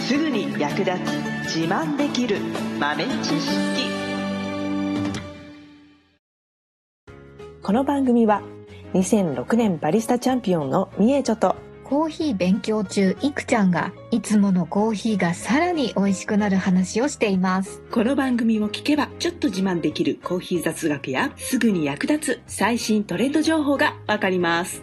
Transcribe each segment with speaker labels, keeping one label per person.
Speaker 1: すぐに役立つ自慢できる豆知識この番組は2006年バリスタチャンピオンのみえちょと
Speaker 2: コーヒー勉強中、いくちゃんがいつものコーヒーがさらに美味しくなる話をしています。
Speaker 1: この番組を聞けばちょっと自慢できるコーヒー雑学やすぐに役立つ最新トレンド情報がわかります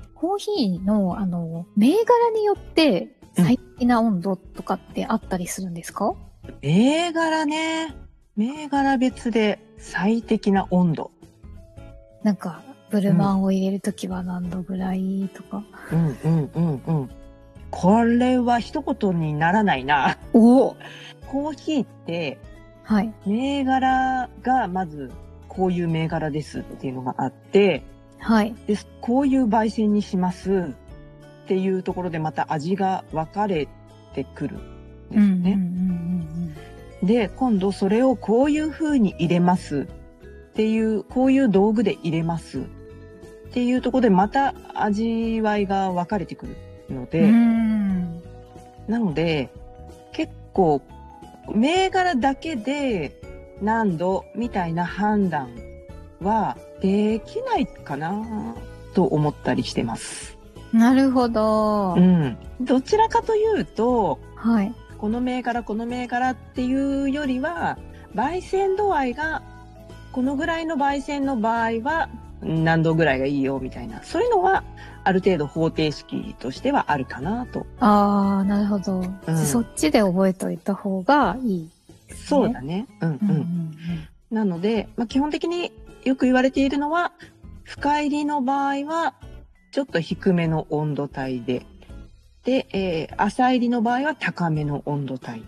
Speaker 2: コーヒーのあの、銘柄によって最適な温度とかってあったりするんですか、
Speaker 3: 銘柄ね。銘柄別で最適な温度。
Speaker 2: なんか、ブルマンを入れるときは何度ぐらいとか。
Speaker 3: うんうんうんうん。これは一言にならないな。
Speaker 2: おお
Speaker 3: コーヒーって、
Speaker 2: はい。
Speaker 3: 銘柄がまず、こういう銘柄ですっていうのがあって、
Speaker 2: はい。
Speaker 3: でこういう焙煎にしますっていうところでまた味が分かれてくるんですよね。
Speaker 2: うん
Speaker 3: で今度それをこういう風に入れますっていうこういう道具で入れますっていうところでまた味わいが分かれてくるの
Speaker 2: う
Speaker 3: で、
Speaker 2: んうんうん。う
Speaker 3: なので結構銘柄だけで何度みたいな判断はできないかなと思ったりしてます。
Speaker 2: ーんなるほど
Speaker 3: う。ん、どちらかというと
Speaker 2: はい。
Speaker 3: この銘柄この銘柄っていうよりは焙煎度合いがこのぐらいの焙煎の場合は何度ぐらいがいいよみたいなそういうのはある程度方程式としてはあるかなと
Speaker 2: ああ、なるほど、
Speaker 3: うん
Speaker 2: そっちで覚えといた方がいい。
Speaker 3: そうだねうん
Speaker 2: う
Speaker 3: うんん、
Speaker 2: うんうん
Speaker 3: なので、まあ、基本的によく言われているのは深入りの場合はちょっと低めの温度帯でで、えー浅入りの場合は高めの温度帯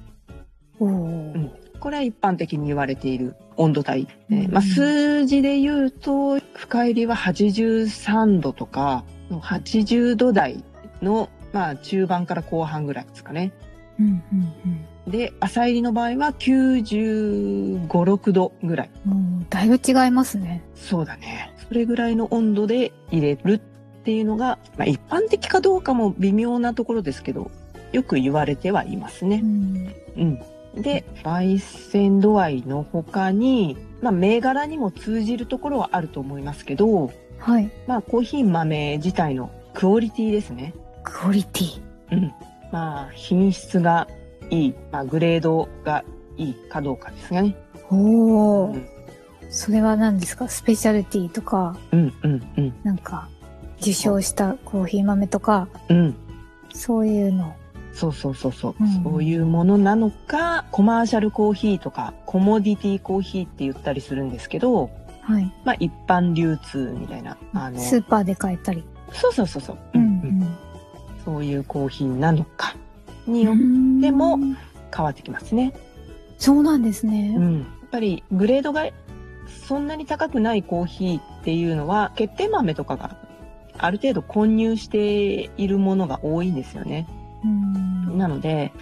Speaker 2: おお、
Speaker 3: んこれは一般的に言われている温度帯。えーま
Speaker 2: うん
Speaker 3: あ、数字で言うと、深入りは83度とか、80度台の、まあ、中盤から後半ぐらいですかね。
Speaker 2: うんうん
Speaker 3: で、浅入りの場合は95、6度ぐらい。
Speaker 2: うん。もう、だいぶ違いますね。
Speaker 3: そうだね。それぐらいの温度で入れるっていうのが、まあ、一般的かどうかも微妙なところですけど、よく言われてはいますね
Speaker 2: う。ん。
Speaker 3: うん、で焙煎度合いの他に、まあ、銘柄にも通じるところはあると思いますけど、
Speaker 2: はい。
Speaker 3: まあ、コーヒー豆自体のクオリティですね、
Speaker 2: クオリティ。
Speaker 3: まあ、品質がいい、まあ、グレードがいいかどうかですね。
Speaker 2: お
Speaker 3: う
Speaker 2: お、
Speaker 3: ん
Speaker 2: それは何ですかスペシャルティとか、
Speaker 3: うんうんうん
Speaker 2: なんか、受賞したコーヒー豆とか、
Speaker 3: うん
Speaker 2: そういうの。
Speaker 3: そうそうそうそう、
Speaker 2: うん
Speaker 3: そういうものなのかコマーシャルコーヒーとかコモディティコーヒーって言ったりするんですけど、
Speaker 2: はい。
Speaker 3: まあ、一般流通みたいなあの
Speaker 2: スーパーで買えたり。
Speaker 3: そうそうそうそう、
Speaker 2: うん
Speaker 3: そういうコーヒーなのかによっ
Speaker 2: うん
Speaker 3: でも変わってきますね。
Speaker 2: そうなんですね。
Speaker 3: うん、やっぱりグレードがそんなに高くないコーヒーっていうのは欠点豆とかがある程度混入しているものが多いんですよね。
Speaker 2: うん
Speaker 3: なので、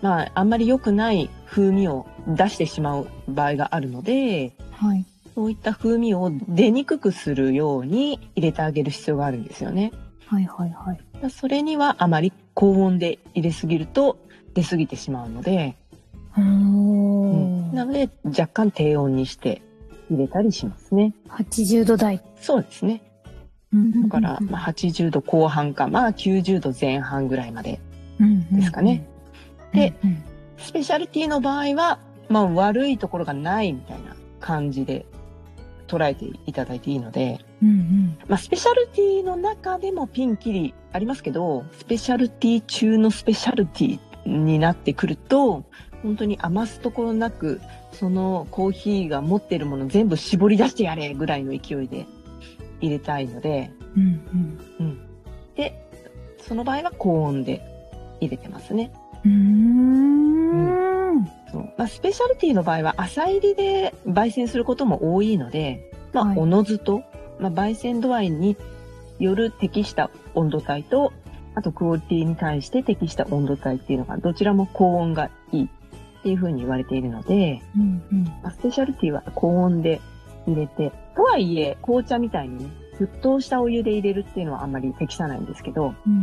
Speaker 3: まあ、あんまり良くない風味を出してしまう場合があるので、
Speaker 2: はい。
Speaker 3: そういった風味を出にくくするように入れてあげる必要があるんですよね。
Speaker 2: はいはいはい。
Speaker 3: まあそれにはあまり高温で入れすぎると出すぎてしまうので、
Speaker 2: おー
Speaker 3: なので若干低温にして入れたりしますね。
Speaker 2: 80度台。
Speaker 3: そうですね。だから、まあ、80度後半か、まあ、90度前半ぐらいまで。ですかね。で
Speaker 2: うんうん、
Speaker 3: スペシャルティの場合は、まあ、悪いところがないみたいな感じで捉えていただいていいので、
Speaker 2: うんうん
Speaker 3: まあ、スペシャルティの中でもピンキリありますけど、スペシャルティ中のスペシャルティになってくると、本当に余すところなく、そのコーヒーが持っているもの全部絞り出してやれぐらいの勢いで入れたいので、
Speaker 2: うんうん
Speaker 3: で、その場合は高温で入れてますね。
Speaker 2: うー
Speaker 3: うんまあ、スペシャルティの場合は朝入りで焙煎することも多いので、まあ
Speaker 4: はい
Speaker 3: おのずと、まあ、焙煎度合いによる適した温度帯と、あとクオリティに対して適した温度帯っていうのが、どちらも高温がいいっていうふうに言われているので、
Speaker 4: うんうん、
Speaker 3: まあスペシャルティは高温で入れて、とはいえ紅茶みたいにね、沸騰したお湯で入れるっていうのはあんまり適さないんですけど、
Speaker 4: うんうん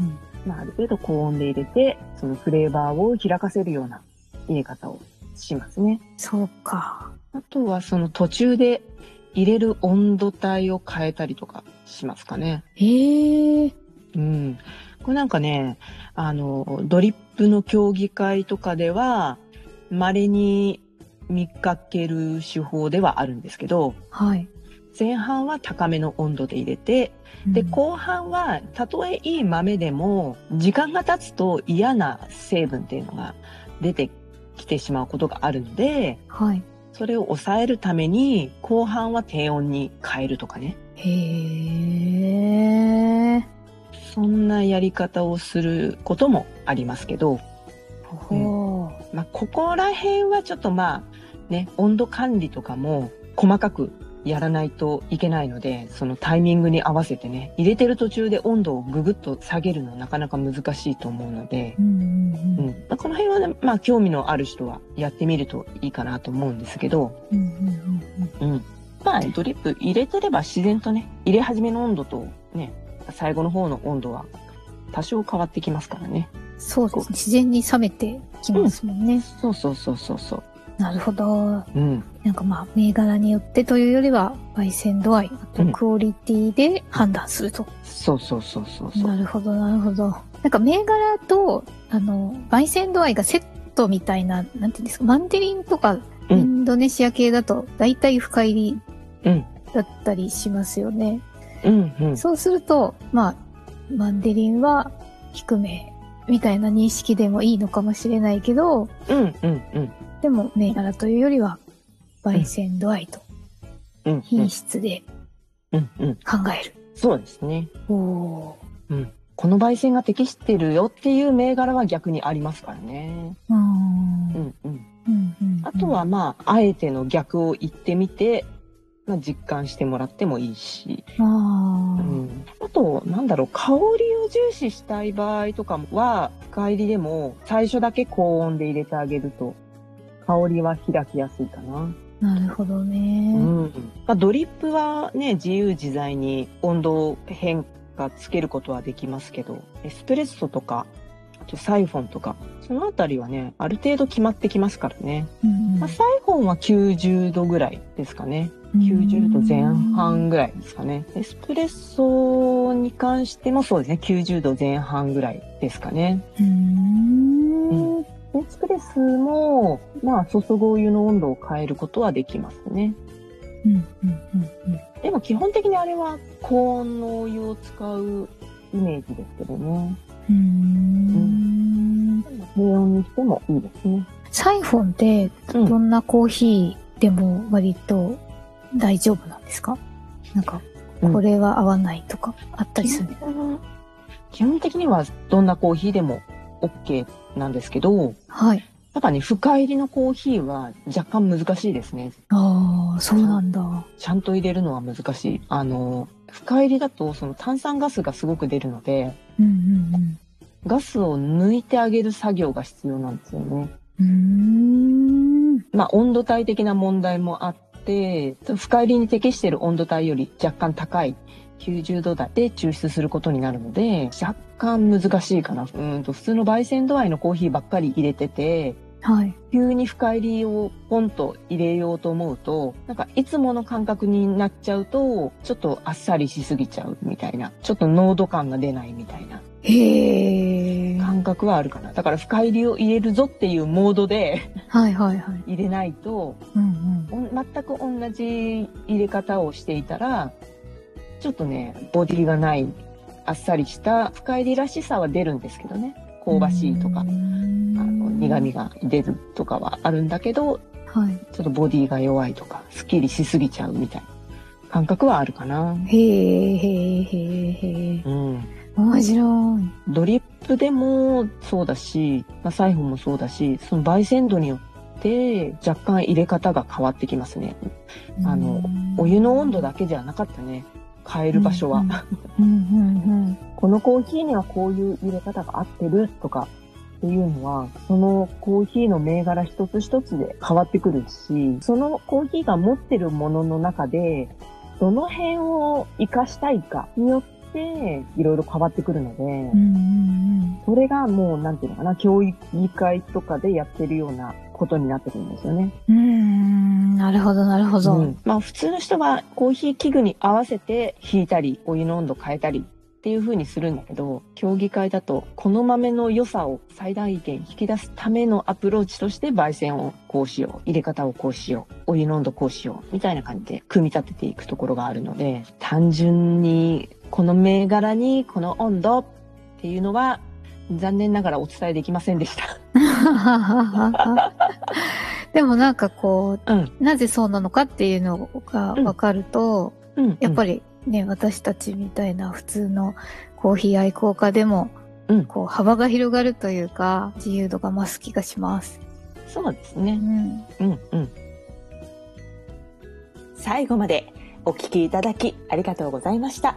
Speaker 4: うんうん
Speaker 3: まあ、ある程度高温で入れて、そのフレーバーを開かせるような入れ方をしますね。
Speaker 4: そうか。
Speaker 3: あとはその途中で入れる温度帯を変えたりとかしますかね。
Speaker 4: へえ。
Speaker 3: うん。これなんかね、あの、ドリップの競技会とかでは、稀に見かける手法ではあるんですけど、
Speaker 4: はい。
Speaker 3: 前半は高めの温度で入れて、で
Speaker 4: うん
Speaker 3: 後半はたとえいい豆でも時間が経つと嫌な成分っていうのが出てきてしまうことがあるので
Speaker 4: はい。
Speaker 3: それを抑えるために後半は低温に変えるとかね
Speaker 4: へえ。
Speaker 3: そんなやり方をすることもありますけど、
Speaker 4: ほう。
Speaker 3: まあ、ここら辺はちょっとまあね温度管理とかも細かくやらないといけないのでそのタイミングに合わせてね入れてる途中で温度をググッと下げるのはなかなか難しいと思うので。
Speaker 4: うんうん
Speaker 3: う
Speaker 4: うんん。
Speaker 3: まあこの辺はね、まあ、興味のある人はやってみるといいかなと思うんですけど、
Speaker 4: うんうんうん
Speaker 3: うん、まあドリップ入れてれば自然とね入れ始めの温度とね最後の方の温度は多少変わってきますからね
Speaker 2: そうですね。自然に冷めてきますもんね。
Speaker 3: そうそうそうそうそう
Speaker 2: なるほど。
Speaker 3: うん
Speaker 2: なんかまあ、銘柄によってというよりは、焙煎度合い、あと
Speaker 3: うん
Speaker 2: クオリティで判断すると。
Speaker 3: そうそうそうそうそう
Speaker 2: なるほど、なるほど。なんか銘柄と、あの、焙煎度合いがセットみたいな、なんていうんですか、マンデリンとか、
Speaker 3: う
Speaker 2: イ
Speaker 3: ん
Speaker 2: ンドネシア系だと、大体深入
Speaker 3: う
Speaker 2: り
Speaker 3: ん
Speaker 2: だったりしますよね。
Speaker 3: うんうん
Speaker 2: そうすると、まあ、マンデリンは低め、みたいな認識でもいいのかもしれないけど、
Speaker 3: うんうんうん
Speaker 2: でも銘柄というよりは、焙煎度合いと
Speaker 3: うん
Speaker 2: 品質で
Speaker 3: うんうん
Speaker 2: 考える。
Speaker 3: そうですね
Speaker 2: おー
Speaker 3: この焙煎が適してるよっていう銘柄は逆にありますからね
Speaker 2: うーん
Speaker 3: うんうん
Speaker 2: うんうん
Speaker 3: あとはまあ、あえての逆を言ってみて、まあ、実感してもらってもいいし、
Speaker 2: あ
Speaker 3: う
Speaker 2: あ、
Speaker 3: ん、あとなんだろう香りを重視したい場合とかは深入りでも最初だけ高温で入れてあげると香りは開きやすいかな、
Speaker 2: なるほどね。
Speaker 3: うんまあ、ドリップはね自由自在に温度変化つけることはできますけどエスプレッソとかあとサイフォンとかそのあたりはねある程度決まってきますからね、
Speaker 2: うん
Speaker 3: まあ、サイフォンは90度ぐらいですかね90度前半ぐらいですかね。エスプレッソに関してもそうですね、90度前半ぐらいですかね。
Speaker 2: うーん。
Speaker 3: エスプレスも、まあ、注ぐお湯の温度を変えることはできますね。
Speaker 2: うんうんうんうん
Speaker 3: でも基本的にあれは高温のお湯を使うイメージですけどね。
Speaker 2: うーん
Speaker 3: 低温にしてもいいですね。
Speaker 2: サイフォンって
Speaker 3: うん
Speaker 2: どんなコーヒーでも割と大丈夫なんですかなんか、
Speaker 3: うん
Speaker 2: これは合わないとかあったりする。
Speaker 3: 基本的にはどんなコーヒーでも OK なんですけど、
Speaker 2: はい。
Speaker 3: やっぱね、深入りのコーヒーは若干難しいですね。
Speaker 2: ああ、そうなんだ。
Speaker 3: ちゃんと入れるのは難しい。あの、深入りだとその炭酸ガスがすごく出るので、
Speaker 2: うんうん
Speaker 3: ガスを抜いてあげる作業が必要なんですよね。
Speaker 2: うん。うーん。
Speaker 3: まあ温度帯的な問題もあって、深入りに適している温度帯より若干高い90度台で抽出することになるので、若干難しいかな。うーんと普通の焙煎度合いのコーヒーばっかり入れてて、
Speaker 2: はい。
Speaker 3: 急に深入りをポンと入れようと思うと、なんかいつもの感覚になっちゃうと、ちょっとあっさりしすぎちゃうみたいな、ちょっと濃度感が出ないみたいな
Speaker 2: へえ。
Speaker 3: 感覚はあるかな。だから深入りを入れるぞっていうモードで
Speaker 2: はいはいはい。
Speaker 3: 入れないと、
Speaker 2: うんうん。
Speaker 3: おん全く同じ入れ方をしていたら、ちょっとね、ボディがない、あっさりした深入りらしさは出るんですけどね。香ばしいとか、あの苦味が出るとかはあるんだけど、
Speaker 2: はい。
Speaker 3: ちょっとボディが弱いとか、スッキリしすぎちゃうみたいな感覚はあるかな。
Speaker 2: へえ、へえ、へえ、へえ。
Speaker 3: うん。
Speaker 2: 面白い。
Speaker 3: ドリップでもそうだし、まあ、サイフォンもそうだし、その焙煎度によっで若干入れ方が変わってきますね。あのお湯の温度だけじゃなかったね変える場所は、
Speaker 2: うんうんうん
Speaker 3: このコーヒーにはこういう入れ方が合ってるとかっていうのは、そのコーヒーの銘柄一つ一つで変わってくるし、そのコーヒーが持ってるものの中で、どの辺を活かしたいかによって、いろいろ変わってくるので、
Speaker 2: うんうん
Speaker 3: それがもう、なんていうのかな、教育議会とかでやってるようなことになってくるんですよね。
Speaker 2: うんうんなるほどなるほど、
Speaker 3: ん、まあ普通の人はコーヒー器具に合わせて引いたりお湯の温度変えたりっていう風にするんだけど競技会だとこの豆の良さを最大限引き出すためのアプローチとして焙煎をこうしよう入れ方をこうしようお湯の温度こうしようみたいな感じで組み立てていくところがあるので単純にこの銘柄にこの温度っていうのは残念ながらお伝えできませんでした。
Speaker 2: でもなんかこう、
Speaker 3: うん
Speaker 2: なぜそうなのかっていうのが分かると、
Speaker 3: うん
Speaker 2: やっぱりね私たちみたいな普通のコーヒー愛好家でも、
Speaker 3: うん
Speaker 2: こう幅が広がるというか自由度が増す気がします。
Speaker 3: そうです
Speaker 2: う
Speaker 3: ね。
Speaker 2: ん、
Speaker 3: うんうん。
Speaker 1: 最後までお聞きいただきありがとうございました。